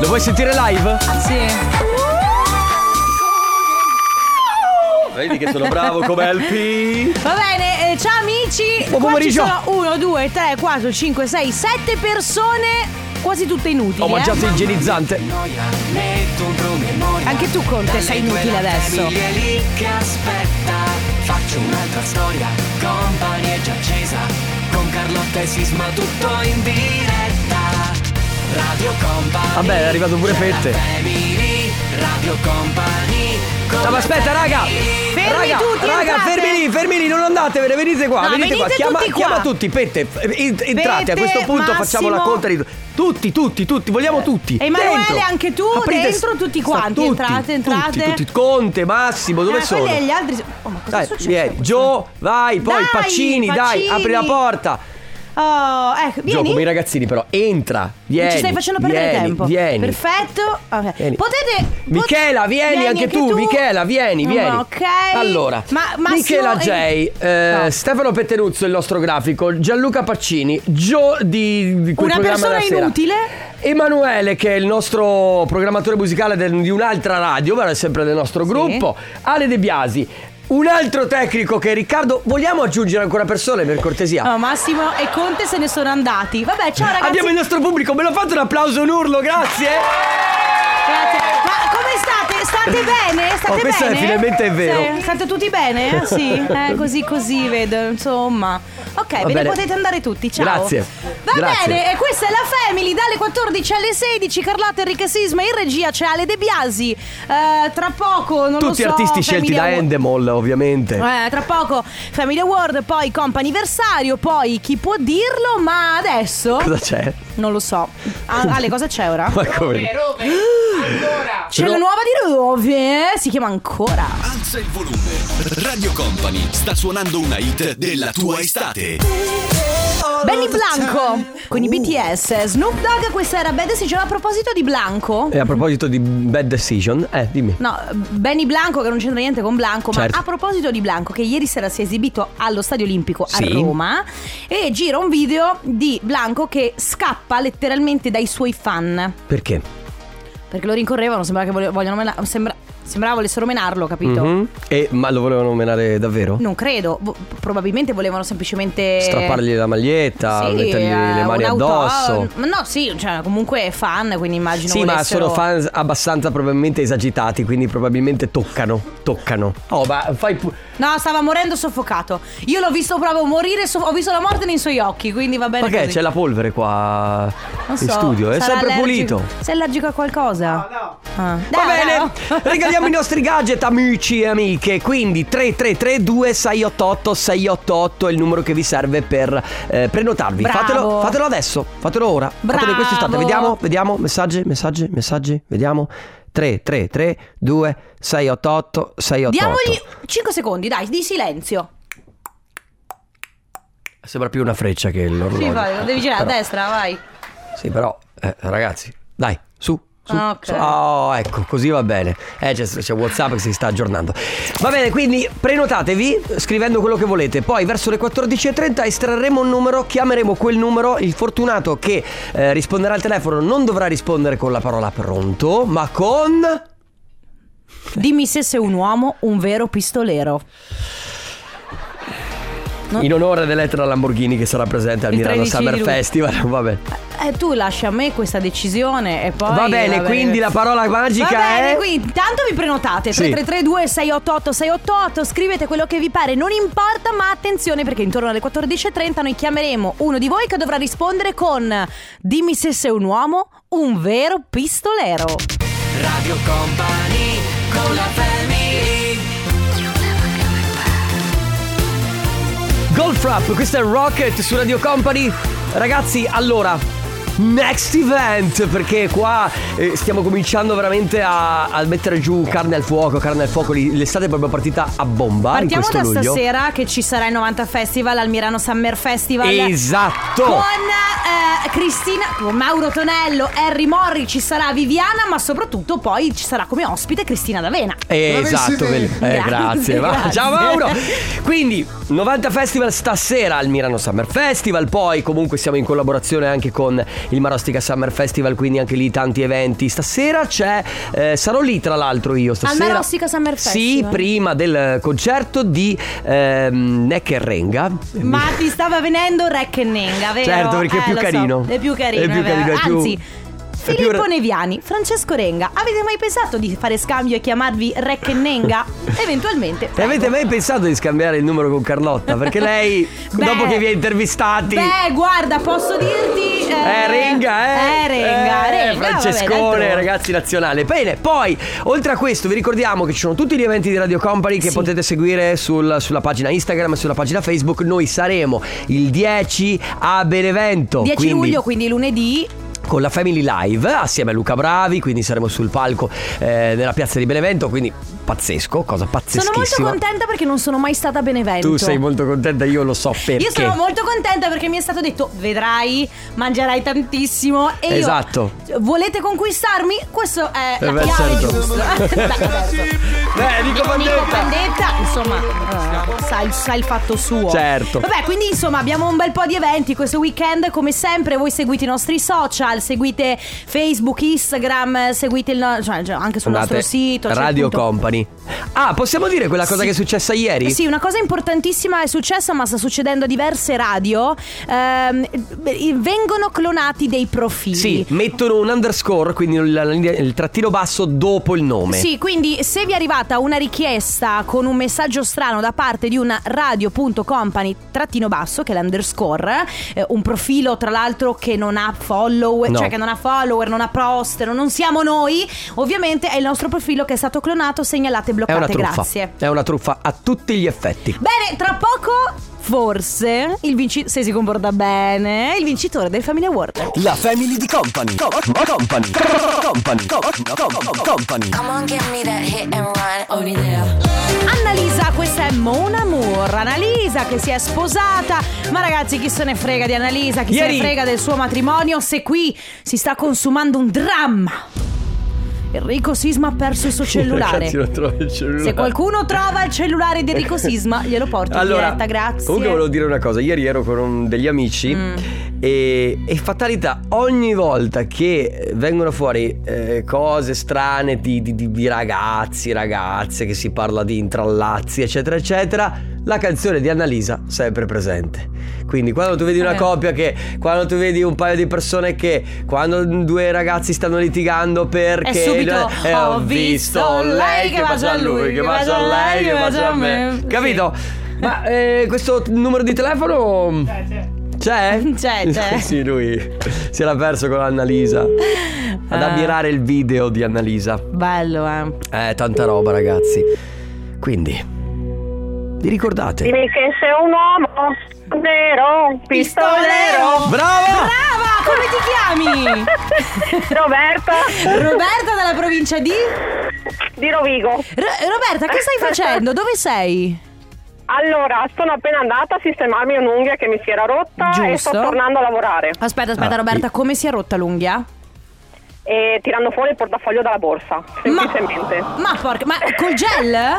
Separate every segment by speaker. Speaker 1: Lo vuoi sentire live?
Speaker 2: Sì.
Speaker 1: Vedi che sono bravo come LP.
Speaker 2: Va bene, eh, ciao amici.
Speaker 1: Buon
Speaker 2: Qua ci
Speaker 1: pomeriggio.
Speaker 2: sono 1, 2, 3, 4, 5, 6, 7 persone. Quasi tutte inutili.
Speaker 1: Ho
Speaker 2: eh.
Speaker 1: mangiato igienizzante.
Speaker 2: Anche tu, Conte, sei inutile adesso.
Speaker 1: Vabbè, è arrivato pure Fette. No, ma aspetta, raga!
Speaker 2: Fermi
Speaker 1: raga,
Speaker 2: tutti,
Speaker 1: raga,
Speaker 2: entrate.
Speaker 1: fermi lì, fermi lì, non andatevene, venite qua,
Speaker 2: No,
Speaker 1: venite qua.
Speaker 2: venite
Speaker 1: Chiama,
Speaker 2: tutti qua.
Speaker 1: chiama tutti, Pette, eh, ent- entrate, a questo punto facciamo
Speaker 2: Massimo.
Speaker 1: la conta di tutti, tutti, tutti, vogliamo tutti.
Speaker 2: E Emanuele,
Speaker 1: Dentro.
Speaker 2: anche tu, dentro, tutti
Speaker 1: sta-
Speaker 2: quanti,
Speaker 1: tutti,
Speaker 2: entrate, entrate.
Speaker 1: Tutti, tutti. Conte, Massimo, dove
Speaker 2: Eh,
Speaker 1: sono?
Speaker 2: quelli e gli altri. Oh, ma cosa è
Speaker 1: Dai,
Speaker 2: successo?
Speaker 1: vieni, Gio, vai, poi
Speaker 2: Dai,
Speaker 1: Pacini, dai,
Speaker 2: Pacini.
Speaker 1: apri la porta.
Speaker 2: Oh, ecco, vieni.
Speaker 1: Gio, come i ragazzini però, entra, vieni.
Speaker 2: Non ci stai facendo perdere
Speaker 1: vieni,
Speaker 2: tempo.
Speaker 1: Vieni.
Speaker 2: Perfetto. Ok.
Speaker 1: Vieni.
Speaker 2: Potete. pot-
Speaker 1: Michela, vieni, anche tu, Michela, vieni,
Speaker 2: Oh,
Speaker 1: vieni.
Speaker 2: Ok.
Speaker 1: Allora,
Speaker 2: Ma, Massimo
Speaker 1: Michela J,
Speaker 2: e-
Speaker 1: eh,
Speaker 2: No.
Speaker 1: Stefano Pettenuzzo, il nostro grafico, Gianluca Paccini, Gio di, di quel
Speaker 2: Una
Speaker 1: programma
Speaker 2: persona
Speaker 1: della sera.
Speaker 2: inutile.
Speaker 1: Emanuele, che è il nostro programmatore musicale del- di un'altra radio, ma è sempre del nostro gruppo. Ale De Biasi. Un altro tecnico che è Riccardo. Vogliamo aggiungere ancora persone per cortesia?
Speaker 2: No, Massimo e Conte se ne sono andati. Vabbè, ciao Ah, ragazzi.
Speaker 1: Abbiamo il nostro pubblico, me lo fate un applauso, un urlo, grazie.
Speaker 2: Grazie. Ma come state? State bene? State
Speaker 1: Oh, questo è
Speaker 2: bene?
Speaker 1: finalmente è vero.
Speaker 2: Sì, State tutti bene? Sì, eh, così così vedo, insomma. Ok, ve ne
Speaker 1: bene.
Speaker 2: potete andare tutti, ciao.
Speaker 1: Grazie.
Speaker 2: Va
Speaker 1: Grazie.
Speaker 2: bene, e questa è la Family dalle 14 alle 16, Carlotta Enrica Sisma in regia c'è Ale De Biasi. Eh, tra poco, non lo
Speaker 1: Tutti
Speaker 2: so,
Speaker 1: artisti scelti
Speaker 2: Family
Speaker 1: da
Speaker 2: Award-
Speaker 1: Endemol, ovviamente.
Speaker 2: Eh, tra poco Family Award, poi comp'anniversario, poi chi può dirlo, ma adesso
Speaker 1: Cosa c'è?
Speaker 2: non lo so. Ah, Ale, cosa c'è ora?
Speaker 1: Ma come?
Speaker 2: C'è la nuova di Rove, si chiama ancora.
Speaker 3: Alza il volume. Radio Company sta suonando una hit della tua estate.
Speaker 1: Oh,
Speaker 2: Benny Blanco con i
Speaker 1: Uh.
Speaker 2: BTS, Snoop Dogg, questa era Bad Decision. A proposito di Blanco,
Speaker 1: E a proposito di Bad Decision, eh, dimmi.
Speaker 2: no, Benny Blanco che non c'entra niente con Blanco,
Speaker 1: Certo.
Speaker 2: ma a proposito di Blanco che ieri sera si è esibito allo Stadio Olimpico a
Speaker 1: Sì.
Speaker 2: Roma e gira un video di Blanco che scappa letteralmente dai suoi fan
Speaker 1: Perché?
Speaker 2: perché lo rincorrevano, sembrava che vole- vogliono mena- sembra- sembrava volessero menarlo, capito? Eh,
Speaker 1: Mhm. E, ma lo volevano menare davvero?
Speaker 2: Non credo, vo- probabilmente volevano semplicemente
Speaker 1: Strappargli la maglietta,
Speaker 2: Sì,
Speaker 1: mettergli
Speaker 2: eh,
Speaker 1: le mani
Speaker 2: un auto-
Speaker 1: addosso.
Speaker 2: Ma no, sì, cioè, comunque fan, quindi immagino
Speaker 1: Sì, ma
Speaker 2: volessero-
Speaker 1: sono fan abbastanza probabilmente esagitati, quindi probabilmente toccano, toccano. Oh, ma fai pu-
Speaker 2: No, stava morendo soffocato. Io l'ho visto proprio morire, soff- ho visto la morte nei suoi occhi, quindi va bene
Speaker 1: Perché
Speaker 2: così.
Speaker 1: c'è la polvere qua
Speaker 2: Non
Speaker 1: in
Speaker 2: so,
Speaker 1: studio, è
Speaker 2: sarà
Speaker 1: sempre
Speaker 2: allergico.
Speaker 1: pulito.
Speaker 2: Sei allergico a qualcosa? Ah. No, no.
Speaker 1: Va
Speaker 2: oh.
Speaker 1: bene, regaliamo i nostri gadget amici e amiche, quindi 333-2688-688 è il numero che vi serve per eh, prenotarvi.
Speaker 2: Bravo.
Speaker 1: Fatelo, fatelo adesso, fatelo ora, fatelo in questo istante.
Speaker 2: Bravo.
Speaker 1: Vediamo, vediamo, messaggi, messaggi, messaggi, vediamo. 333-2688-688.
Speaker 2: Diamogli 5 secondi, dai, di silenzio.
Speaker 1: Sembra più una freccia che l'orologio.
Speaker 2: Sì, vai, lo devi girare
Speaker 1: Però-
Speaker 2: a destra, vai.
Speaker 1: Sì, però, eh, ragazzi, dai, su. Su,
Speaker 2: Ah, ok.
Speaker 1: su. Oh, ecco, così va bene. Eh, c'è, c'è WhatsApp che si sta aggiornando. Va bene, quindi prenotatevi scrivendo quello che volete. Poi verso le 14.30 estrarremo un numero, chiameremo quel numero. Il fortunato che eh, risponderà al telefono non dovrà rispondere con la parola pronto, ma con.
Speaker 2: Dimmi se sei un uomo, un vero pistolero.
Speaker 1: In onore dell'Etra Lamborghini che sarà presente al
Speaker 2: Il
Speaker 1: Milano
Speaker 2: 13 di
Speaker 1: Summer
Speaker 2: luglio.
Speaker 1: Festival. Va bene.
Speaker 2: Eh, tu lascia a me questa decisione e poi
Speaker 1: va bene, quindi la parola magica
Speaker 2: Va bene,
Speaker 1: è.
Speaker 2: quindi intanto vi prenotate
Speaker 1: Sì.
Speaker 2: 3332 688 688 Scrivete quello che vi pare, non importa Ma attenzione perché intorno alle 14.30 Noi chiameremo uno di voi che dovrà rispondere con Dimmi se sei un uomo, un vero pistolero
Speaker 1: Golf Rap, questo è Rocket su Radio Company. Ragazzi, allora. Next event, perché qua eh, stiamo cominciando veramente a, a mettere giù carne al fuoco, carne al fuoco, Lì- l'estate è proprio partita a bomba Ah, in
Speaker 2: Partiamo
Speaker 1: questo
Speaker 2: da
Speaker 1: luglio.
Speaker 2: stasera che ci sarà il 90 Festival al Mirano Summer Festival
Speaker 1: Esatto!
Speaker 2: Con eh, Cristina, con Mauro Tonello, Harry Morri, ci sarà Viviana, ma soprattutto poi ci sarà come ospite Cristina D'Avena.
Speaker 1: Eh, esatto, quelli- eh,
Speaker 2: Grazie,
Speaker 1: grazie. va-
Speaker 2: grazie.
Speaker 1: Ciao Mauro. Quindi 90 Festival stasera al Milano Summer Festival, poi comunque siamo in collaborazione anche con il Marostica Summer Festival, quindi anche lì tanti eventi. Stasera c'è, eh, sarò lì tra l'altro io stasera.
Speaker 2: Marostica Summer
Speaker 1: Sì,
Speaker 2: Festival.
Speaker 1: prima del concerto di ehm, Neck e Renga.
Speaker 2: Ma ti stava venendo Rec e Nenga, vero?
Speaker 1: Certo, perché è
Speaker 2: Eh,
Speaker 1: più
Speaker 2: lo so,
Speaker 1: carino.
Speaker 2: È più carino,
Speaker 1: È più
Speaker 2: vero.
Speaker 1: carino, è più-
Speaker 2: Anzi,
Speaker 1: è più-
Speaker 2: Filippo Neviani, Francesco Renga, avete mai pensato di fare scambio e chiamarvi Rec e Nenga? Eventualmente.
Speaker 1: E avete mai pensato di scambiare il numero con Carlotta? Perché lei,
Speaker 2: Beh,
Speaker 1: dopo che vi ha intervistati.
Speaker 2: Beh, guarda, posso dirti. Eh,
Speaker 1: Eh, Renga, eh!
Speaker 2: Eh, Renga,
Speaker 1: Eh,
Speaker 2: Renga.
Speaker 1: Francescone,
Speaker 2: vabbè, d'altronde.
Speaker 1: ragazzi nazionale. Bene, poi, oltre a questo, vi ricordiamo che ci sono tutti gli eventi di Radio Company che
Speaker 2: Sì.
Speaker 1: potete seguire sul- sulla pagina Instagram e sulla pagina Facebook. Noi saremo il 10 a Benevento.
Speaker 2: 10
Speaker 1: quindi-
Speaker 2: luglio, quindi lunedì.
Speaker 1: con la Family Live assieme a Luca Bravi, quindi saremo sul palco eh, nella piazza di Benevento, quindi pazzesco, cosa
Speaker 2: Sono
Speaker 1: pazzeschissima.
Speaker 2: molto contenta perché non sono mai stata a Benevento.
Speaker 1: Tu sei molto contenta, io lo so perché.
Speaker 2: Io sono molto contenta perché mi è stato detto vedrai, mangerai tantissimo e io-
Speaker 1: Esatto.
Speaker 2: volete conquistarmi? Questo è
Speaker 1: Eh
Speaker 2: la
Speaker 1: beh,
Speaker 2: chiave
Speaker 1: certo.
Speaker 2: giusta. Beh, adesso.
Speaker 1: Beh, Eh, dico
Speaker 2: Nico
Speaker 1: contenta.
Speaker 2: Pandetta, insomma, eh, sa, il, sa il fatto suo.
Speaker 1: Certo.
Speaker 2: Vabbè, quindi insomma abbiamo un bel po' di eventi questo weekend. Come sempre, voi seguite i nostri social, seguite Facebook, Instagram, seguite il no- cioè, cioè, anche sul
Speaker 1: Andate,
Speaker 2: nostro sito. c'è
Speaker 1: Radio
Speaker 2: tutto.
Speaker 1: Company. Ah, possiamo dire quella cosa
Speaker 2: Sì.
Speaker 1: che è successa ieri?
Speaker 2: Sì, una cosa importantissima è successa, ma sta succedendo a diverse radio. Ehm, beh, vengono clonati dei profili.
Speaker 1: Sì, mettono un underscore, quindi il, il trattino basso dopo il nome.
Speaker 2: Sì, quindi se vi è arrivata una richiesta con un messaggio strano da parte di una radio.company trattino basso, che è l'underscore, eh, un profilo tra l'altro che non ha follower,
Speaker 1: No.
Speaker 2: cioè che non ha follower, non ha postero, non siamo noi, ovviamente è il nostro profilo che è stato clonato, segnalate e
Speaker 1: È una
Speaker 2: bloccate,
Speaker 1: truffa.
Speaker 2: grazie.
Speaker 1: È una truffa a tutti gli effetti.
Speaker 2: Bene, tra poco, forse, il vinci- se si comporta bene, il vincitore del Family Award.
Speaker 3: La family di company. Co- co- Company. Co- Company. Co- co- co- Company.
Speaker 4: Come on, give me that hit and run.
Speaker 2: Annalisa, questa è Mon Amour. Annalisa che si è sposata. Ma ragazzi, chi se ne frega di Annalisa? Chi
Speaker 1: Ieri-
Speaker 2: se ne frega del suo matrimonio? Se qui si sta consumando un dramma. Enrico Sisma ha perso il suo cellulare.
Speaker 1: Ragazzi, non trovo il cellulare.
Speaker 2: Se qualcuno trova il cellulare di Enrico Sisma, glielo porto
Speaker 1: Allora,
Speaker 2: in diretta, grazie. Mm.
Speaker 1: Comunque volevo dire una cosa, ieri ero con un- degli amici e, e fatalità, ogni volta che vengono fuori eh, cose strane di, di- di- di ragazzi, ragazze, che si parla di intrallazzi, eccetera, eccetera, la canzone di Annalisa sempre presente. Quindi quando tu vedi una
Speaker 2: Eh.
Speaker 1: coppia che, quando tu vedi un paio di persone che, quando due ragazzi stanno litigando perché... "Eh,
Speaker 2: È subito, "Ho visto lei che bacia a lui, che bacia a lei, che bacia a me."
Speaker 1: Capito? Ma eh, questo numero di telefono c'è?
Speaker 2: C'è, c'è.
Speaker 1: sì, lui si era perso con Annalisa. Ad
Speaker 2: Ah.
Speaker 1: ammirare il video di Annalisa.
Speaker 2: Bello, eh.
Speaker 1: Eh, tanta roba, ragazzi. Quindi, vi ricordate?
Speaker 5: Dimmi che sei un uomo nero, pistolero.
Speaker 1: Brava!
Speaker 2: Brava, come ti chiami?
Speaker 5: Roberta
Speaker 2: Roberta dalla provincia di Ro-
Speaker 5: di Rovigo.
Speaker 2: Roberta, che stai facendo? Dove sei?
Speaker 5: Allora, sono appena andata a sistemarmi un'unghia che mi si era rotta e
Speaker 2: Giusto.
Speaker 5: sto tornando a lavorare.
Speaker 2: Aspetta, aspetta
Speaker 1: Ah,
Speaker 2: Roberta,
Speaker 1: sì.
Speaker 2: come si è rotta l'unghia?
Speaker 5: E tirando fuori il portafoglio dalla borsa, semplicemente.
Speaker 2: Ma porca, ma col gel?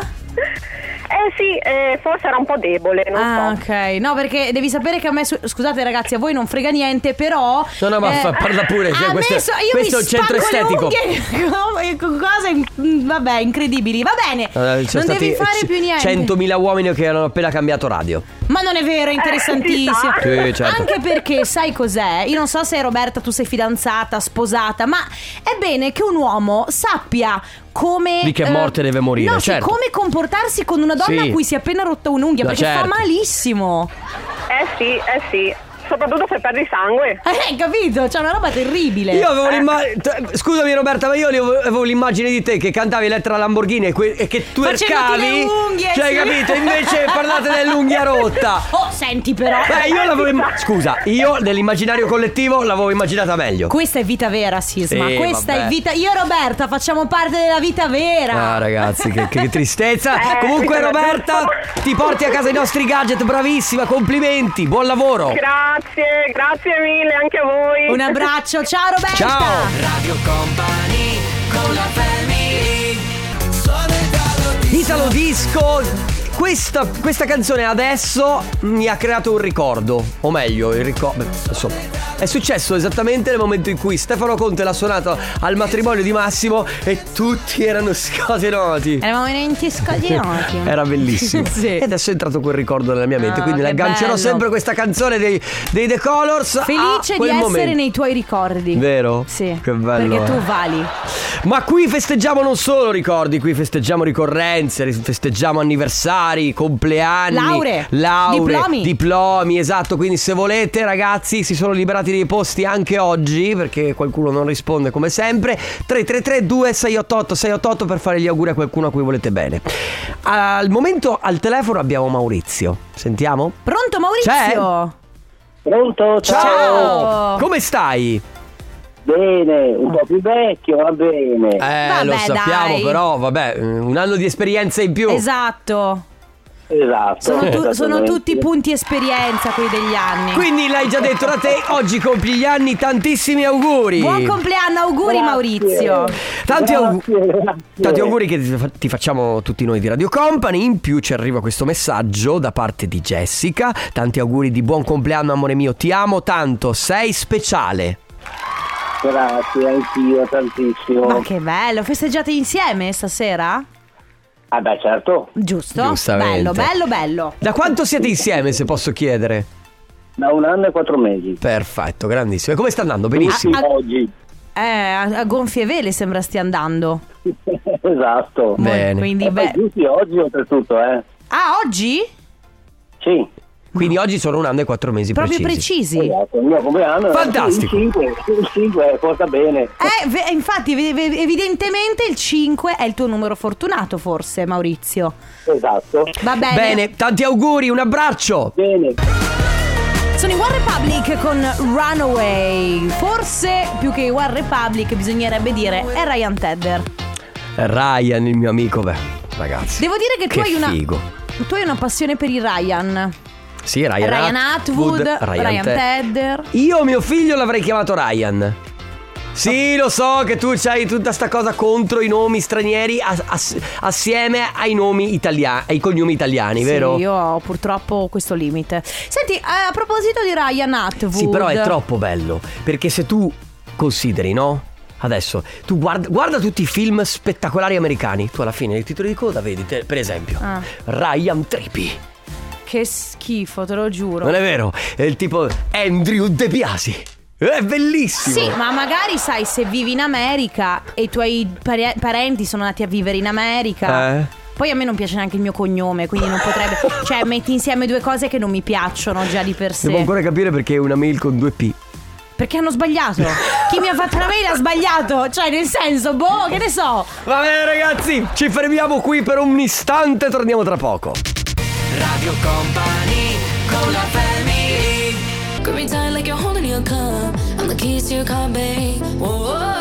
Speaker 5: Eh sì, eh, forse era un po' debole, non
Speaker 2: ah,
Speaker 5: so.
Speaker 2: ok. No, perché devi sapere che a me su- scusate ragazzi, a voi non frega niente, però eh,
Speaker 1: No, no, ma fa- parla pure, cioè,
Speaker 2: a me
Speaker 1: questo è-
Speaker 2: so- io
Speaker 1: questo
Speaker 2: mi
Speaker 1: è un centro
Speaker 2: spacco le unghie con cose in- vabbè, incredibili. Va bene.
Speaker 1: Eh, c'è
Speaker 2: non
Speaker 1: stati
Speaker 2: devi fare
Speaker 1: c-
Speaker 2: più niente.
Speaker 1: 100.000 uomini che hanno appena cambiato radio.
Speaker 2: Ma non è vero, è interessantissimo.
Speaker 5: Eh,
Speaker 1: Eh, ci sta. Sì, certo.
Speaker 2: Anche perché sai cos'è? Io non so se Roberta tu sei fidanzata, sposata, ma è bene che un uomo sappia come
Speaker 1: Di che
Speaker 2: eh,
Speaker 1: morte deve morire,
Speaker 2: no, sì,
Speaker 1: certo.
Speaker 2: come comportarsi con una donna
Speaker 1: Sì.
Speaker 2: a cui si è appena rotta un'unghia,
Speaker 1: No,
Speaker 2: perché
Speaker 1: certo.
Speaker 2: fa malissimo.
Speaker 5: Eh sì, eh sì. Soprattutto se perdi sangue.
Speaker 2: Eh, Hai capito? C'è una roba terribile.
Speaker 1: Io avevo l'immagine. Scusami, Roberta, ma io li- avevo l'immagine di te che cantavi Lettera Lamborghini e, que- e che tu
Speaker 2: Facevi
Speaker 1: ercavi.
Speaker 2: le unghie,
Speaker 1: Cioè,
Speaker 2: sì.
Speaker 1: hai capito? Invece parlate dell'unghia rotta.
Speaker 2: Oh, senti però.
Speaker 1: Beh,
Speaker 5: Eh,
Speaker 1: io l'avevo. imma- Scusa, io nell'immaginario collettivo l'avevo immaginata meglio.
Speaker 2: Questa è vita vera, Sisma.
Speaker 1: Sì,
Speaker 2: Questa
Speaker 1: vabbè.
Speaker 2: è vita. Io e Roberta facciamo parte della vita vera.
Speaker 1: Ah, ragazzi, che, che tristezza.
Speaker 5: Eh,
Speaker 1: Comunque,
Speaker 5: sì,
Speaker 1: Roberta, ti porti a casa i nostri gadget, bravissima, complimenti, buon lavoro.
Speaker 5: Grazie, grazie mille anche a voi.
Speaker 2: Un abbraccio, ciao Roberta.
Speaker 1: Ciao. Italo Disco Questa, questa canzone adesso mi ha creato un ricordo. O meglio, il ricordo. Insomma, è successo esattamente nel momento in cui Stefano Conte l'ha suonato al matrimonio di Massimo e tutti erano scatenati.
Speaker 2: Eravamo in scaglionati.
Speaker 1: Era bellissimo.
Speaker 2: sì.
Speaker 1: E adesso è entrato quel ricordo nella mia mente.
Speaker 2: Ah,
Speaker 1: quindi
Speaker 2: che
Speaker 1: aggancerò
Speaker 2: bello.
Speaker 1: sempre questa canzone dei, dei The Colors.
Speaker 2: Felice
Speaker 1: a
Speaker 2: di
Speaker 1: quel
Speaker 2: essere
Speaker 1: momento.
Speaker 2: nei tuoi ricordi.
Speaker 1: Vero?
Speaker 2: Sì.
Speaker 1: Che bello.
Speaker 2: Perché
Speaker 1: eh.
Speaker 2: tu vali.
Speaker 1: Ma qui festeggiamo non solo ricordi, qui festeggiamo ricorrenze, ri- festeggiamo anniversari, compleanni,
Speaker 2: Lauree,
Speaker 1: lauree,
Speaker 2: diplomi.
Speaker 1: diplomi, esatto. Quindi se volete, ragazzi, si sono liberati dei posti anche oggi perché qualcuno non risponde come sempre. 333 2688 688 per fare gli auguri a qualcuno a cui volete bene. Al momento al telefono abbiamo Maurizio. Sentiamo?
Speaker 2: Pronto Maurizio?
Speaker 6: Pronto?
Speaker 2: Ciao.
Speaker 1: Come stai?
Speaker 6: Bene, un po' più vecchio, va bene.
Speaker 1: Eh,
Speaker 2: Vabbè,
Speaker 1: lo sappiamo,
Speaker 2: dai.
Speaker 1: però vabbè, mm, un anno di esperienza in più.
Speaker 2: Esatto.
Speaker 6: Esatto.
Speaker 2: Sono, tu- sono
Speaker 6: esattamente.
Speaker 2: tutti punti esperienza quelli degli anni.
Speaker 1: Quindi l'hai già detto da te, oggi compi gli anni, tantissimi auguri.
Speaker 2: Buon compleanno, auguri
Speaker 6: Grazie.
Speaker 2: Maurizio.
Speaker 1: Tanti, augu-
Speaker 6: Grazie, grazie.
Speaker 1: tanti auguri che ti fa- ti facciamo tutti noi di Radio Company. In più ci arriva questo messaggio da parte di Jessica. Tanti auguri di buon compleanno, amore mio. Ti amo tanto, sei speciale.
Speaker 6: Grazie, anch'io tantissimo.
Speaker 2: Ma che bello, festeggiate insieme stasera?
Speaker 6: Ah beh, certo,
Speaker 2: Giusto?
Speaker 1: Giustamente.
Speaker 2: Bello, bello, bello.
Speaker 1: Da quanto siete insieme, se posso chiedere?
Speaker 6: da un anno e quattro mesi.
Speaker 1: Perfetto, grandissimo. E come sta andando? Benissimo.
Speaker 6: Tutti
Speaker 2: Ah, ah-
Speaker 6: oggi.
Speaker 2: Eh, a, a gonfie vele sembra stia andando.
Speaker 6: esatto.
Speaker 1: Beh, Bene.
Speaker 2: ah, Quindi,
Speaker 6: Eh,
Speaker 2: beh-
Speaker 6: beh, Giusti oggi oltretutto, eh.
Speaker 2: Ah, oggi?
Speaker 6: Sì.
Speaker 1: Quindi oggi sono un anno e quattro mesi
Speaker 2: Proprio
Speaker 1: precisi.
Speaker 2: precisi.
Speaker 6: Esatto, il mio compleanno era
Speaker 1: Fantastico.
Speaker 6: il 5, il 5 porta bene.
Speaker 2: Eh, ve- infatti, ve- ve- evidentemente il 5 è il tuo numero fortunato, forse, Maurizio.
Speaker 6: Esatto.
Speaker 2: Va bene.
Speaker 1: Bene, tanti auguri, un abbraccio.
Speaker 6: Bene.
Speaker 2: Sono in One Republic con Runaway. Forse più che One Republic bisognerebbe dire è Ryan Tedder.
Speaker 1: Ryan, il mio amico, beh, ragazzi.
Speaker 2: Devo dire che tu
Speaker 1: Che
Speaker 2: hai una
Speaker 1: figo.
Speaker 2: Tu hai una passione per il Ryan.
Speaker 1: Sì, Ryan,
Speaker 2: Ryan Atwood, Ryan,
Speaker 1: Ted-
Speaker 2: Tedder.
Speaker 1: Io mio figlio l'avrei chiamato Ryan. Sì,
Speaker 2: Oh.
Speaker 1: lo so che tu c'hai tutta sta cosa contro i nomi stranieri ass- ass- assieme ai nomi italiani, ai cognomi italiani, vero?
Speaker 2: Sì, io ho purtroppo questo limite. Senti, eh, a proposito di Ryan Atwood.
Speaker 1: Sì, però è troppo bello, perché se tu consideri, no? Adesso, tu guarda, guarda tutti i film spettacolari americani, tu alla fine nei titoli di coda vedi, te- per esempio,
Speaker 2: Ah.
Speaker 1: Ryan Trippi.
Speaker 2: Che schifo, te lo giuro.
Speaker 1: Non è vero? È il tipo Andrew De Biasi. È bellissimo.
Speaker 2: Sì, ma magari sai, se vivi in America e i tuoi pare- parenti sono andati a vivere in America.
Speaker 1: Eh?
Speaker 2: Poi a me non piace neanche il mio cognome, quindi non potrebbe. cioè, metti insieme due cose che non mi piacciono già di per sé.
Speaker 1: Devo ancora capire perché è una mail con due P.
Speaker 2: Perché hanno sbagliato. Chi mi ha fatto la mail ha sbagliato. Cioè, nel senso, boh, che ne so.
Speaker 1: Va bene ragazzi, ci fermiamo qui per un istante, torniamo tra poco. Radio Company con la
Speaker 7: Grip me tight like you're holding your cup. I'm the keys to your car, babe. Whoa.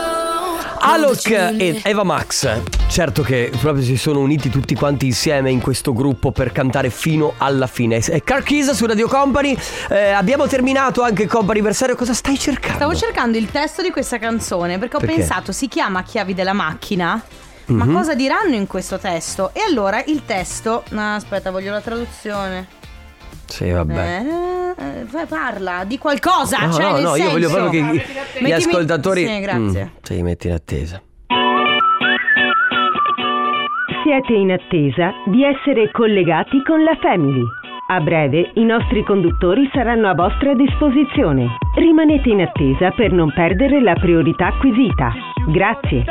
Speaker 1: Alok e Eva Max, certo che proprio si sono uniti tutti quanti insieme in questo gruppo per cantare fino alla fine. E Car Keys su Radio Company, eh, abbiamo terminato anche il comp anniversario, cosa stai cercando?
Speaker 2: Stavo cercando il testo di questa canzone perché ho
Speaker 1: Boh. Perché? Mhm.
Speaker 2: pensato si chiama Chiavi della macchina. Ma cosa diranno in questo testo? E allora il testo. No, aspetta, voglio la traduzione.
Speaker 1: Sì, vabbè.
Speaker 2: Eh, eh, fa- parla di qualcosa.
Speaker 1: No,
Speaker 2: cioè,
Speaker 1: no,
Speaker 2: nel
Speaker 1: no, io
Speaker 2: senso-
Speaker 1: voglio proprio che gli
Speaker 2: Mettimi-
Speaker 1: ascoltatori...
Speaker 2: Sì, grazie.
Speaker 1: Mm, sì, metti in attesa.
Speaker 8: Siete in attesa di essere collegati con la Family. A breve i nostri conduttori saranno a vostra disposizione. Rimanete in attesa per non perdere la priorità acquisita. Grazie.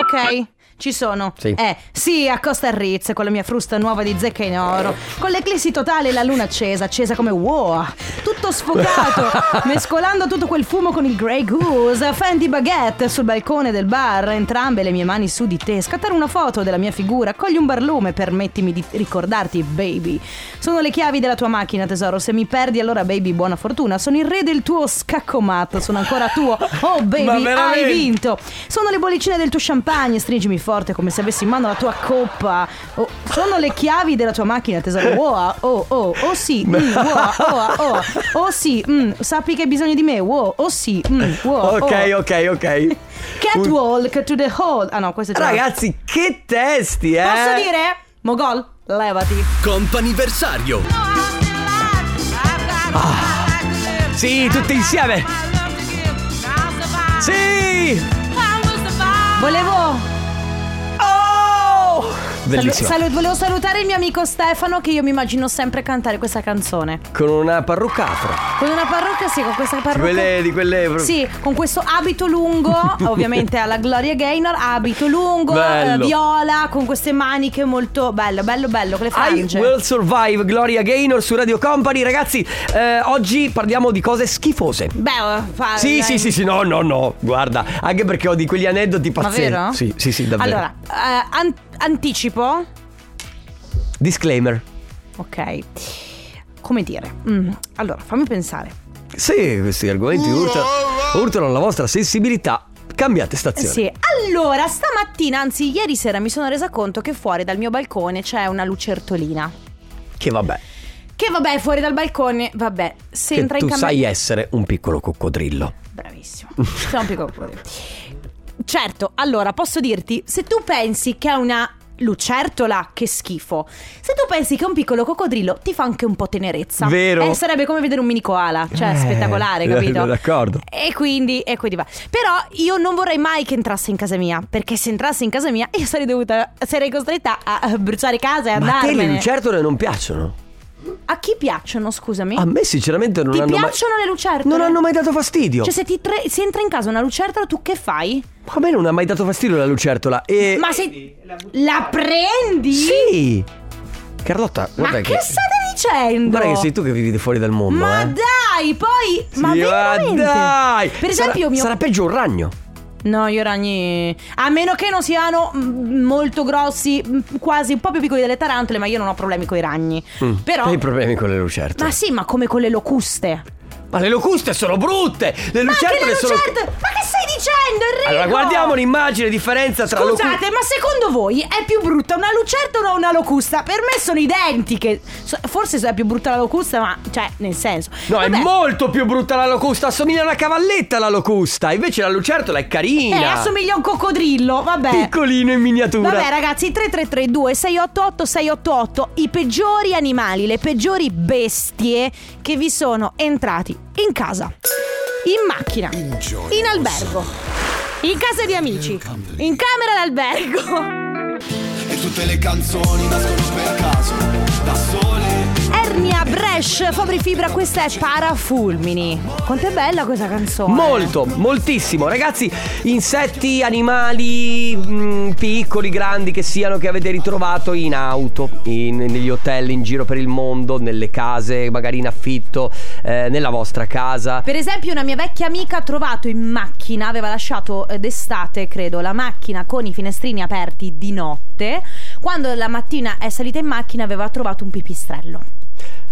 Speaker 2: Ok, ci sono.
Speaker 1: Sì.
Speaker 2: Eh, sì, a Costa Rizz con la mia frusta nuova di zecca in oro. Con l'eclissi totale e la luna accesa, accesa come wow. Tutto sfocato, mescolando tutto quel fumo con il Grey Goose. Fendi baguette sul balcone del bar, entrambe le mie mani su di te. Scattare una foto della mia figura, cogli un barlume, permettimi di ricordarti, baby. Sono le chiavi della tua macchina, tesoro. Se mi perdi, allora, baby, buona fortuna. Sono il re del tuo scaccomato, sono ancora tuo. Oh, baby, hai
Speaker 1: veramente?
Speaker 2: vinto. Sono le bollicine del tuo champagne, stringimi pianoforte come se avessi in mano la tua coppa. Oh, sono le chiavi della tua macchina, tesoro. Wow, oh, oh, oh sì, mm, wow, oh, oh, oh sì, mm, sappi che hai bisogno di me, wow, oh sì, mm, wow.
Speaker 1: Ok,
Speaker 2: oh.
Speaker 1: ok, ok.
Speaker 2: Catwalk to the hall. Ah no, questo è già...
Speaker 1: Ragazzi, che testi, eh?
Speaker 2: Posso dire? Mogol, levati.
Speaker 3: Companiversario.
Speaker 1: Sì, tutti insieme. Sì!
Speaker 2: Volevo...
Speaker 1: Oh! Bellissimo.
Speaker 2: Salu- salu- volevo salutare il mio amico Stefano che io mi immagino sempre cantare questa canzone.
Speaker 1: Con una parrucca afro.
Speaker 2: Con una parrucca, sì, con questa parrucca.
Speaker 1: Quelle, di quelle...
Speaker 2: Sì, con questo abito lungo, ovviamente alla Gloria Gaynor, abito lungo,
Speaker 1: Bello.
Speaker 2: eh, viola, con queste maniche molto bello, bello, bello, con
Speaker 1: I
Speaker 2: le frange.
Speaker 1: Will Survive, Gloria Gaynor su Radio Company. Ragazzi, eh, oggi parliamo di cose schifose.
Speaker 2: Beh, oh, fa-
Speaker 1: Sì,
Speaker 2: Ah, dai.
Speaker 1: sì, sì, sì, no, no, no, guarda, anche perché ho di quegli aneddoti
Speaker 2: Ma
Speaker 1: pazzeschi.
Speaker 2: vero?
Speaker 1: Sì, sì, sì, davvero.
Speaker 2: Allora, eh, an- anticipo.
Speaker 1: Disclaimer.
Speaker 2: Ok. Come dire? Mm, Allora, fammi pensare.
Speaker 1: Sì, questi argomenti urtano, urtano la vostra sensibilità. Cambiate stazione.
Speaker 2: Sì, allora stamattina, anzi ieri sera mi sono resa conto che fuori dal mio balcone c'è una lucertolina.
Speaker 1: Che vabbè,
Speaker 2: Che vabbè, fuori dal balcone, vabbè, se
Speaker 1: che
Speaker 2: entra
Speaker 1: tu
Speaker 2: in camera...
Speaker 1: sai essere un piccolo coccodrillo.
Speaker 2: Bravissimo. Sono un piccolo problema. Certo, allora posso dirti, se tu pensi che è una lucertola, che schifo. Se tu pensi che è un piccolo coccodrillo, ti fa anche un po' tenerezza.
Speaker 1: Vero.
Speaker 2: Eh, sarebbe come vedere un mini koala, cioè
Speaker 1: Eh,
Speaker 2: spettacolare, capito?
Speaker 1: d'accordo.
Speaker 2: E quindi, e quindi va. Però io non vorrei mai che entrasse in casa mia, perché se entrasse in casa mia io sarei dovuta, sarei costretta a bruciare casa e
Speaker 1: Ma a te le
Speaker 2: andarmene.
Speaker 1: lucertole non piacciono?
Speaker 2: a chi piacciono, scusami?
Speaker 1: A me sinceramente Ah, non
Speaker 2: Ti
Speaker 1: hanno mai-
Speaker 2: piacciono le lucertole?
Speaker 1: Non hanno mai dato fastidio.
Speaker 2: Cioè se, ti tre- se entra in casa una lucertola tu che fai?
Speaker 1: Ma a me non ha mai dato fastidio la lucertola. E...
Speaker 2: Ma se la prendi?
Speaker 1: Sì! Carlotta,
Speaker 2: Ma
Speaker 1: guarda
Speaker 2: che state dicendo?
Speaker 1: Guarda che sei tu che vivi fuori dal mondo,
Speaker 2: Ma
Speaker 1: eh.
Speaker 2: dai, poi ma
Speaker 1: Sì,
Speaker 2: veramente?
Speaker 1: dai!
Speaker 2: Per
Speaker 1: Sarà-
Speaker 2: esempio mio
Speaker 1: sarà peggio un ragno.
Speaker 2: No, io ragni a meno che non siano mm, molto grossi, mm, quasi un po' più piccoli delle tarantole, ma io non ho problemi con i ragni. Però
Speaker 1: Mm. Hai problemi con le lucertole.
Speaker 2: ma sì, ma come con le locuste.
Speaker 1: Ma le locuste sono brutte! Le
Speaker 2: Ma anche
Speaker 1: lucertole
Speaker 2: le
Speaker 1: sono.
Speaker 2: lucertole! Ma che stai dicendo, Enrico?
Speaker 1: Allora, guardiamo l'immagine, differenza tra locuste.
Speaker 2: Scusate, ma secondo voi è più brutta una lucertola o una locusta? Per me sono identiche. So- Forse è più brutta la locusta, ma cioè, nel senso.
Speaker 1: No,
Speaker 2: Vabbè.
Speaker 1: è molto più brutta la locusta. Assomiglia a una cavalletta la locusta. Invece la lucertola è
Speaker 2: Eh,
Speaker 1: carina.
Speaker 2: assomiglia a un coccodrillo, vabbè.
Speaker 1: Piccolino in miniatura.
Speaker 2: Vabbè ragazzi, 3332 688 688 i peggiori animali, le peggiori bestie che vi sono entrati in casa, in macchina, in albergo, in casa di amici, in camera d'albergo.
Speaker 3: E tutte le canzoni nascono per caso, da sole.
Speaker 2: Ernia Bresh, Fabri Fibra, questa è Parafulmini. Quanto è bella questa canzone?
Speaker 1: Molto, moltissimo. Ragazzi, insetti, animali mh, piccoli, grandi che siano, che avete ritrovato in auto, in- negli hotel, in giro per il mondo, nelle case, magari in affitto, eh, nella vostra casa.
Speaker 2: Per esempio, una mia vecchia amica ha trovato in macchina, aveva lasciato eh, d'estate, credo, la macchina con i finestrini aperti di notte. Quando la mattina è salita in macchina aveva trovato un pipistrello.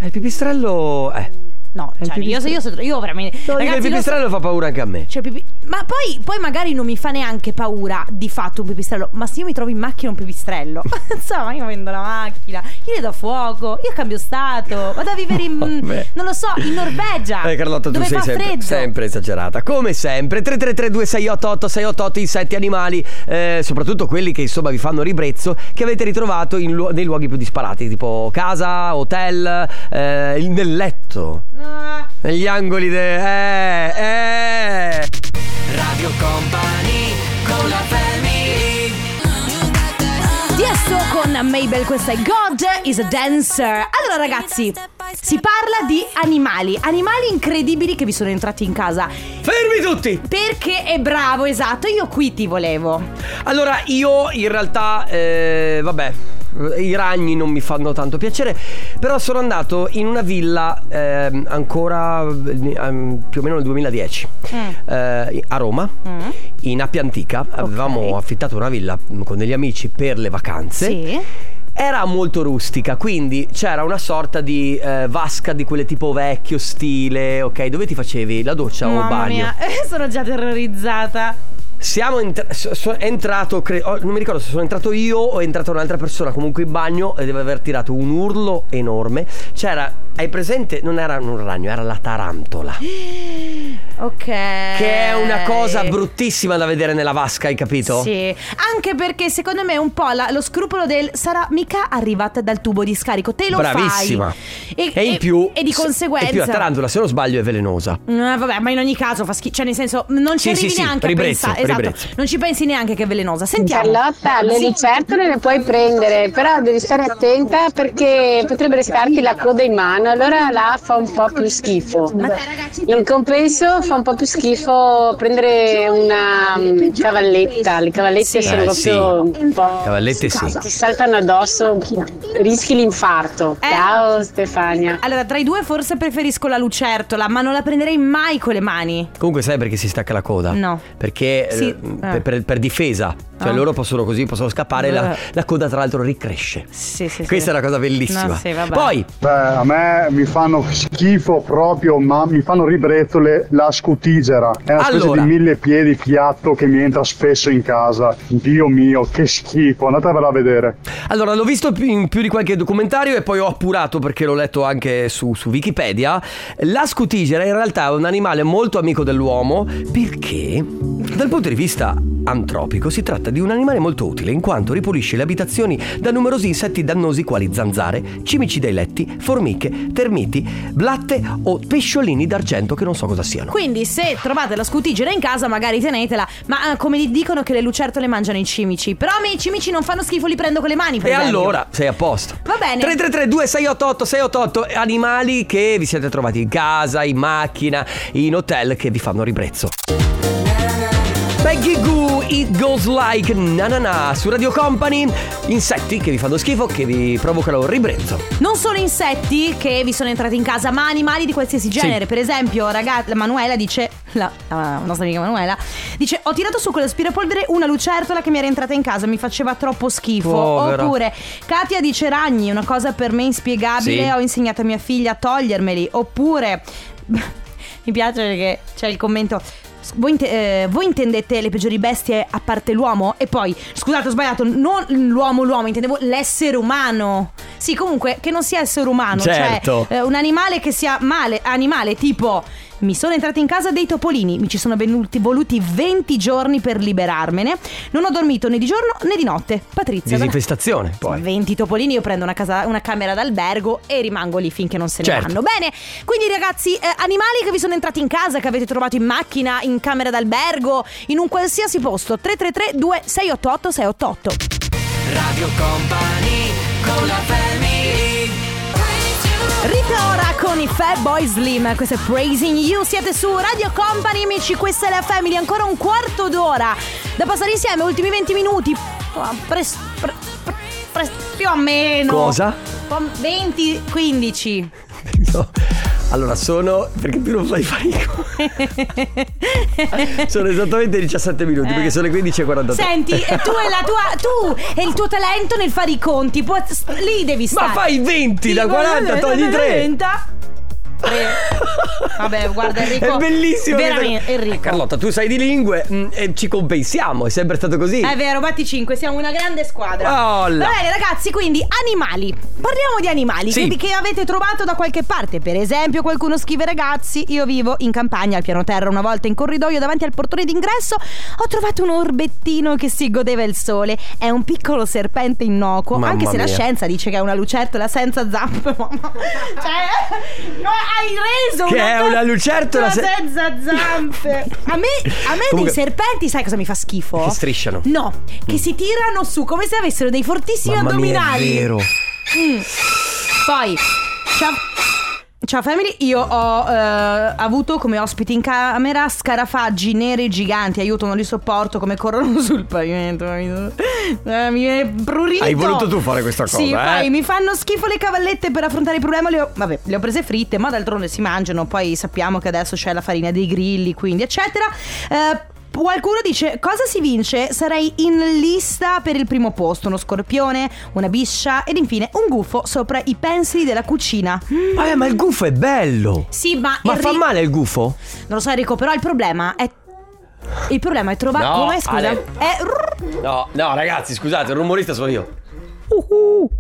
Speaker 1: Eh, Il pipistrello... Eh,
Speaker 2: No,
Speaker 1: il
Speaker 2: cioè, io,
Speaker 1: pipistrello.
Speaker 2: io, so- io veramente...
Speaker 1: no, dico, il
Speaker 2: ragazzi, lo so-
Speaker 1: pipistrello fa paura anche a me.
Speaker 2: Cioè, pipi- Ma poi, poi magari non mi fa neanche paura di fatto un pipistrello. Ma se io mi trovo in macchina un pipistrello, insomma, io vendo la macchina, io le do fuoco, io cambio stato, vado a vivere in.
Speaker 1: Vabbè.
Speaker 2: non lo so, in Norvegia.
Speaker 1: Oh, Eh, Carlotta, tu
Speaker 2: dove
Speaker 1: sei
Speaker 2: fa
Speaker 1: sempre,
Speaker 2: freddo.
Speaker 1: sempre esagerata. Come sempre, 333-2688-688, insetti animali, eh, soprattutto quelli che insomma vi fanno ribrezzo, che avete ritrovato in luo- nei luoghi più disparati, tipo casa, hotel, eh, il- nel letto,
Speaker 2: Ah.
Speaker 1: negli angoli de... Eh, eh. Radio Company con la
Speaker 2: Tiesto con Mabel, questa è God is a Dancer. Allora ragazzi, si parla di animali, animali incredibili che vi sono entrati in casa.
Speaker 1: Fermi tutti!
Speaker 2: Perché è bravo, esatto, io qui ti volevo.
Speaker 1: Allora, io in realtà, eh, vabbè, i ragni non mi fanno tanto piacere, però sono andato in una villa ehm, ancora ehm, più o meno nel 2010 eh, a Roma, in Appia Antica. Avevamo affittato una villa mh, con degli amici per le vacanze. Era molto rustica, quindi c'era una sorta di eh, vasca di quelle tipo vecchio stile, ok? Dove ti facevi la doccia o il
Speaker 2: Mamma
Speaker 1: bagno?
Speaker 2: mia, sono già terrorizzata.
Speaker 1: Siamo entr- so- so- è entrato, cre- oh, non mi ricordo se sono entrato io o è entrata un'altra persona comunque in bagno e deve aver tirato un urlo enorme. C'era, hai presente? Non era un ragno, era la tarantola.
Speaker 2: Ok.
Speaker 1: Che è una cosa bruttissima da vedere nella vasca, hai capito?
Speaker 2: Eh. Sì, anche perché secondo me è un po' la- lo scrupolo del sarà mica arrivata dal tubo di scarico, te lo
Speaker 1: Bravissima.
Speaker 2: fai.
Speaker 1: E, in più...
Speaker 2: E di
Speaker 1: se-
Speaker 2: conseguenza...
Speaker 1: E più la tarantola, se non sbaglio, è velenosa.
Speaker 2: Ah, vabbè, ma in ogni caso fa schifo. Cioè, nel senso, non ci
Speaker 1: Sì,
Speaker 2: arrivi
Speaker 1: sì, sì,
Speaker 2: neanche
Speaker 1: ribrezzo,
Speaker 2: a pensare.
Speaker 1: ribrezzo.
Speaker 2: Esatto, non ci pensi neanche che è velenosa. Sentiamo.
Speaker 9: Carlotta, le
Speaker 2: Sì.
Speaker 9: lucertole le puoi prendere, però devi stare attenta perché potrebbe restarti la coda in mano, allora là fa un po' più schifo. In compenso fa un po' più schifo prendere una mm, cavalletta, le cavallette
Speaker 1: Sì.
Speaker 9: sono
Speaker 1: Eh, sì.
Speaker 9: proprio un po'...
Speaker 1: Cavallette sì.
Speaker 9: Ti saltano addosso, rischi l'infarto.
Speaker 2: Eh.
Speaker 9: Ciao Stefania.
Speaker 2: Allora, tra i due forse preferisco la lucertola, ma non la prenderei mai con le mani.
Speaker 1: Comunque sai perché si stacca la coda?
Speaker 2: No.
Speaker 1: Perché eh,
Speaker 2: Sì, eh.
Speaker 1: per, per- per difesa. Cioè
Speaker 2: Ah.
Speaker 1: loro possono così, possono scappare, la,
Speaker 2: Eh.
Speaker 1: la coda tra l'altro ricresce.
Speaker 2: Sì, sì, sì.
Speaker 1: Questa è una cosa bellissima.
Speaker 2: No, sì, vabbè.
Speaker 1: Poi,
Speaker 10: Beh, a me mi fanno schifo proprio, ma mi fanno ribrezzo la scutigera. È una
Speaker 1: Allora.
Speaker 10: specie di mille piedi piatto che mi entra spesso in casa. Dio mio, che schifo, andatevela a vedere.
Speaker 1: allora, l'ho visto più- in più di qualche documentario e poi ho appurato perché l'ho letto anche su, su Wikipedia. La scutigera in realtà è un animale molto amico dell'uomo perché, dal punto di vista antropico, si tratta di un animale molto utile in quanto ripulisce le abitazioni da numerosi insetti dannosi quali zanzare, cimici dei letti, formiche, termiti, blatte o pesciolini d'argento che non so cosa siano.
Speaker 2: Quindi, se trovate la scutigera in casa, magari tenetela. Ma eh, come di- dicono che le lucertole mangiano i cimici. Però a me i cimici non fanno schifo, li prendo con le mani. Per
Speaker 1: E
Speaker 2: esempio.
Speaker 1: allora sei a posto.
Speaker 2: Va bene.
Speaker 1: 3332 688 688 animali che vi siete trovati in casa, in macchina, in hotel che vi fanno ribrezzo. Peggy Goo, It Goes Like Na Na Na su Radio Company. Insetti che vi fanno schifo, che vi provocano ribrezzo.
Speaker 2: Non solo insetti che vi sono entrati in casa, ma animali di qualsiasi genere. Per esempio, ragazzi, Manuela dice: la, la nostra amica Manuela dice: Ho tirato su con l'aspirapolvere una lucertola che mi era entrata in casa, mi faceva troppo schifo.
Speaker 1: Povera.
Speaker 2: Oppure Katia dice: Ragni, una cosa per me inspiegabile,
Speaker 1: Sì.
Speaker 2: ho insegnato a mia figlia a togliermeli. Oppure mi piace perché c'è il commento. "S- Voi, inte- eh, voi intendete le peggiori bestie a parte l'uomo? E poi, scusate, ho sbagliato, non l'uomo, l'uomo, intendevo l'essere umano. Sì, comunque, che non sia essere umano,
Speaker 1: Certo.
Speaker 2: cioè eh, un animale che sia male, animale tipo. Mi sono entrati in casa dei topolini, mi ci sono venuti, voluti 20 giorni per liberarmene. Non ho dormito né di giorno né di notte. Patrizia. guarda-
Speaker 1: Disinfestazione poi.
Speaker 2: 20 topolini, io prendo una, casa- una camera d'albergo e rimango lì finché non se ne
Speaker 1: Certo.
Speaker 2: vanno. Bene, quindi ragazzi, eh, animali che vi sono entrati in casa, che avete trovato in macchina, in camera d'albergo, in un qualsiasi posto, 333 2688 688. Rita Ora con i Fat Boy Slim, questo è Praising You, siete su Radio Company amici, questa è la Family, ancora un quarto d'ora da passare insieme, ultimi 20 minuti, Ah, pres- pre- pre- pres- più o meno.
Speaker 1: Cosa?
Speaker 2: Com- 20, 15.
Speaker 1: No. Allora sono. Perché tu non fai fare i co- Sono esattamente 17 minuti,
Speaker 2: Eh.
Speaker 1: perché sono le 15.43.
Speaker 2: Senti, e tu e la tua tu e il tuo talento nel fare i conti, può- lì devi stare. eh,
Speaker 1: Ma fai 20 da 40, togli 3.
Speaker 2: 30. Vabbè, guarda Enrico.
Speaker 1: È bellissimo. Eh,
Speaker 2: Veramente, Enrico.
Speaker 1: Carlotta, tu sai di lingue mm, e ci compensiamo, è sempre stato così.
Speaker 2: È vero, batti 5, siamo una grande squadra.
Speaker 1: Olla.
Speaker 2: Va bene, ragazzi, quindi animali. Parliamo di animali
Speaker 1: Sì.
Speaker 2: che, che avete trovato da qualche parte. Per esempio, qualcuno scrive: Ragazzi, io vivo in campagna al piano terra. Una volta in corridoio davanti al portone d'ingresso ho trovato un orbettino che si godeva il sole. È un piccolo serpente innocuo.
Speaker 1: Mamma
Speaker 2: anche se la
Speaker 1: mia.
Speaker 2: scienza dice che è una lucertola senza zampe. mamma. cioè, no, hai reso
Speaker 1: Che è
Speaker 2: co-
Speaker 1: una lucertola se-
Speaker 2: senza zampe. A me, a me
Speaker 1: Comunque-
Speaker 2: dei serpenti, sai cosa mi fa schifo?
Speaker 1: Che strisciano.
Speaker 2: No, che si tirano su come se avessero dei fortissimi
Speaker 1: Mamma mia, è
Speaker 2: addominali.
Speaker 1: vero.
Speaker 2: Poi, ciao. Ciao family, io ho eh, avuto come ospiti in camera scarafaggi neri giganti, aiuto non li sopporto come corrono sul pavimento, Eh, mi viene prurito.
Speaker 1: Hai voluto tu fare questa cosa,
Speaker 2: Sì,
Speaker 1: eh?
Speaker 2: poi mi fanno schifo le cavallette per affrontare il problema, le ho, vabbè, le ho prese fritte, ma d'altronde si mangiano, poi sappiamo che adesso c'è la farina dei grilli, quindi eccetera. Eh, Qualcuno dice cosa si vince? Sarei in lista per il primo posto, uno scorpione, una biscia ed infine un gufo sopra i pensili della cucina.
Speaker 1: Vabbè, ma il gufo è bello.
Speaker 2: Sì, ma,
Speaker 1: Ma
Speaker 2: Enri-
Speaker 1: fa male il gufo?
Speaker 2: Non lo so Enrico, però il problema è Il problema è trovare
Speaker 1: No,
Speaker 2: come scusa.
Speaker 1: Ale.
Speaker 2: È
Speaker 1: No, no, ragazzi, scusate, il rumorista sono io. Uh-huh,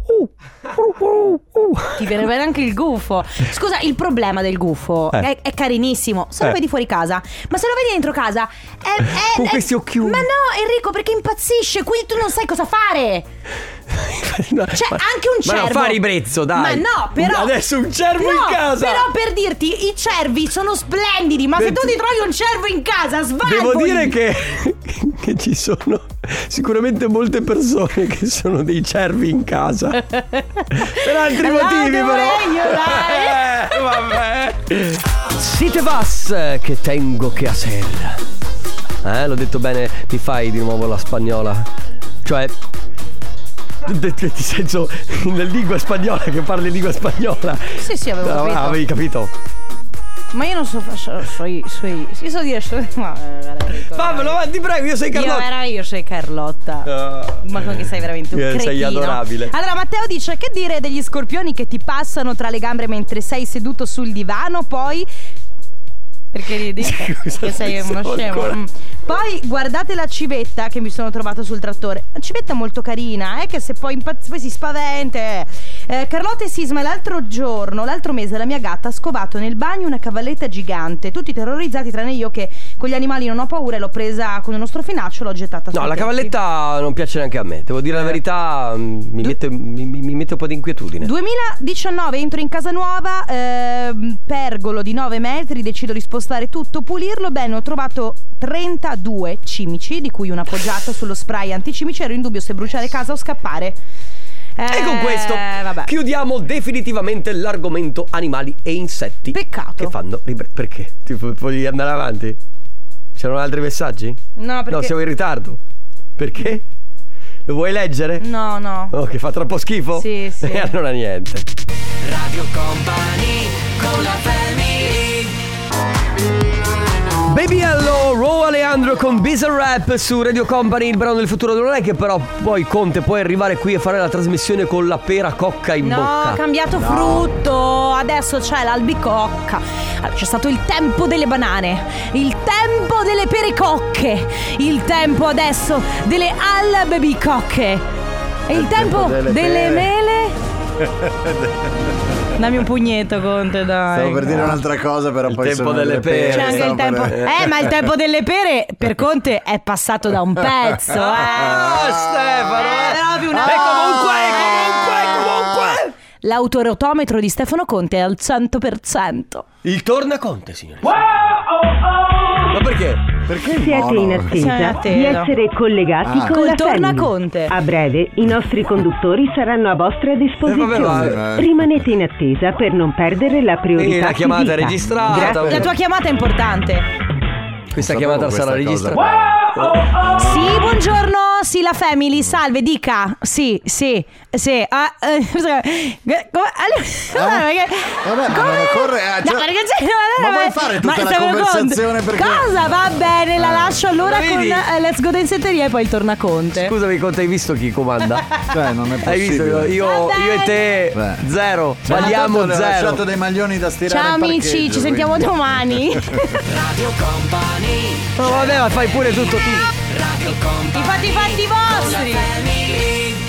Speaker 2: ti verrebbe anche il gufo. Scusa, il problema del gufo
Speaker 1: Eh.
Speaker 2: è, è carinissimo. Se lo
Speaker 1: Eh.
Speaker 2: vedi fuori casa, ma se lo vedi dentro casa è, è-
Speaker 1: Con
Speaker 2: è-
Speaker 1: questi occhioni.
Speaker 2: Ma no, Enrico, perché impazzisce? Qui tu non sai cosa fare.
Speaker 1: No,
Speaker 2: C'è
Speaker 1: ma-
Speaker 2: anche un cervo.
Speaker 1: Ma non fa ribrezzo, dai.
Speaker 2: Ma no, però.
Speaker 1: Adesso un cervo
Speaker 2: No,
Speaker 1: in casa.
Speaker 2: Però per dirti, i cervi sono splendidi. Ma se
Speaker 1: Beh,
Speaker 2: tu ti trovi un cervo in casa, svalvoli.
Speaker 1: Devo dire che, che ci sono sicuramente molte persone che sono dei cervi in casa. Per altri
Speaker 2: Allora,
Speaker 1: motivi,
Speaker 2: devo
Speaker 1: però.
Speaker 2: ignorare.
Speaker 1: Eh, vabbè. Siete vas eh, che tengo che a sella. Eh, l'ho detto bene, mi fai di nuovo la spagnola. Cioè. Nel senso, nella lingua spagnola che parli in lingua spagnola.
Speaker 2: Sì, sì, avevo
Speaker 1: Ah,
Speaker 2: capito.
Speaker 1: avevi capito.
Speaker 2: Ma io non so. So, so, so, io so dire. So, ma, eh, guarda, Enrico,
Speaker 1: Fammelo, va, ti prego, io sei
Speaker 2: Io,
Speaker 1: Carlotta.
Speaker 2: vera, io sei Carlotta. Ma come che sei veramente un
Speaker 1: Eh, sei
Speaker 2: cretino
Speaker 1: adorabile.
Speaker 2: Allora Matteo dice che dire degli scorpioni che ti passano tra le gambe mentre sei seduto sul divano Poi perché ridi?
Speaker 1: Scusa,
Speaker 2: Che sei uno
Speaker 1: pensavo
Speaker 2: scemo
Speaker 1: ancora.
Speaker 2: Mm. Poi guardate la civetta che mi sono trovato sul trattore Una civetta molto carina eh che se poi, impazz- poi si spaventa eh. Eh, Carlotta e Sisma l'altro giorno, l'altro mese la mia gatta ha scovato nel bagno una cavalletta gigante Tutti terrorizzati tranne io che con gli animali non ho paura e l'ho presa con uno strofinaccio e l'ho gettata
Speaker 1: No,
Speaker 2: sui
Speaker 1: la
Speaker 2: tetti.
Speaker 1: cavalletta non piace neanche a me. Devo
Speaker 2: Eh.
Speaker 1: dire la verità, mm, mi mette, mi- mi- mi mette un po' di inquietudine.
Speaker 2: 2019 entro in casa nuova, ehm, pergolo di 9 metri, decido di spostare tutto, pulirlo, bene, ho trovato 32 cimici, di cui una appoggiata sullo spray anticimici, ero in dubbio se bruciare casa o scappare.
Speaker 1: e con
Speaker 2: Eh,
Speaker 1: questo
Speaker 2: vabbè.
Speaker 1: chiudiamo definitivamente l'argomento animali e insetti.
Speaker 2: Peccato.
Speaker 1: Che fanno ribre- Perché? Ti pu- puoi andare avanti? C'erano altri messaggi?
Speaker 2: No, perché...
Speaker 1: No, siamo in ritardo. Perché? Lo vuoi leggere?
Speaker 2: no, no.
Speaker 1: Oh, che fa troppo schifo?
Speaker 2: Sì, sì.
Speaker 1: E allora niente. Baby Hello, Ro Alejandro con Bizarre Rap su Radio Company, il brano del futuro non è che però poi Conte puoi arrivare qui e fare la trasmissione con la pera cocca in
Speaker 2: No,
Speaker 1: bocca.
Speaker 2: ho cambiato frutto, adesso c'è l'albicocca. Allora, c'è stato il tempo delle banane, il tempo delle pericocche, il tempo adesso delle albicocche e il, tempo, delle, mele. Dammi un pugnetto, Conte, dai.
Speaker 11: Stavo per dire un'altra cosa, però
Speaker 1: Il
Speaker 11: poi
Speaker 1: tempo
Speaker 11: sono
Speaker 1: delle pere.
Speaker 2: C'è anche
Speaker 11: stavo
Speaker 2: il tempo.
Speaker 11: per-
Speaker 2: Eh, ma il tempo delle pere per Conte è passato da un pezzo, eh.
Speaker 1: Ah, Stefano!
Speaker 2: Eh,
Speaker 1: eh.
Speaker 2: proprio una
Speaker 1: E comunque,
Speaker 2: volta.
Speaker 1: comunque, comunque!
Speaker 2: L'autorotometro di Stefano Conte è al 100%.
Speaker 1: Il tornaconte, signore. Ma perché?
Speaker 11: Perché il
Speaker 8: Siete in
Speaker 11: mono?
Speaker 8: attesa
Speaker 2: Siamo in attesa.
Speaker 8: di essere collegati
Speaker 11: Ah.
Speaker 8: con
Speaker 2: Col
Speaker 8: la
Speaker 2: tornaconte.
Speaker 8: Family. A breve i nostri conduttori saranno a vostra
Speaker 1: Eh, vabbè,
Speaker 8: disposizione.
Speaker 11: vabbè.
Speaker 8: Rimanete in attesa per non perdere la priorità.
Speaker 1: Eh, la chiamata è
Speaker 8: subita.
Speaker 1: registrata.
Speaker 8: Grazie.
Speaker 2: La tua chiamata è importante.
Speaker 1: Questa
Speaker 11: Sapevo
Speaker 1: chiamata
Speaker 11: questa
Speaker 1: sarà
Speaker 11: cosa.
Speaker 1: registrata.
Speaker 2: Sì, buongiorno. Sì, la family. Salve, dica. Sì, sì, sì. Ah, eh, scusa, come- allora, perché-
Speaker 11: vabbè, Eh? ma
Speaker 2: come-
Speaker 11: non occorre- eh,
Speaker 2: No,
Speaker 11: cioè-
Speaker 2: perché c'è- no, no,
Speaker 11: Ma
Speaker 2: no,
Speaker 11: vuoi
Speaker 2: ma-
Speaker 11: fare
Speaker 2: ma
Speaker 11: tutta la
Speaker 2: Stefano Conte-
Speaker 11: conversazione perché- Eh,
Speaker 2: Cosa? Va bene, la lascio allora
Speaker 1: La
Speaker 2: con
Speaker 1: vedi?
Speaker 2: eh, Let's Go Densetteria e poi il tornaconte.
Speaker 1: Scusami, Conte, hai visto chi comanda?
Speaker 11: Cioè, non è possibile.
Speaker 1: Hai visto? Io, io e te,
Speaker 11: Beh.
Speaker 1: zero.
Speaker 11: Ma
Speaker 1: Sbagliamo
Speaker 11: tanto le ho lasciato
Speaker 1: zero.
Speaker 11: dei maglioni da stirare
Speaker 2: Ciao
Speaker 11: in parcheggio,
Speaker 2: amici, ci
Speaker 11: quindi.
Speaker 2: sentiamo domani.
Speaker 1: Ma vabbè, ma fai pure tutto tu.
Speaker 2: I fatti fatti vostri.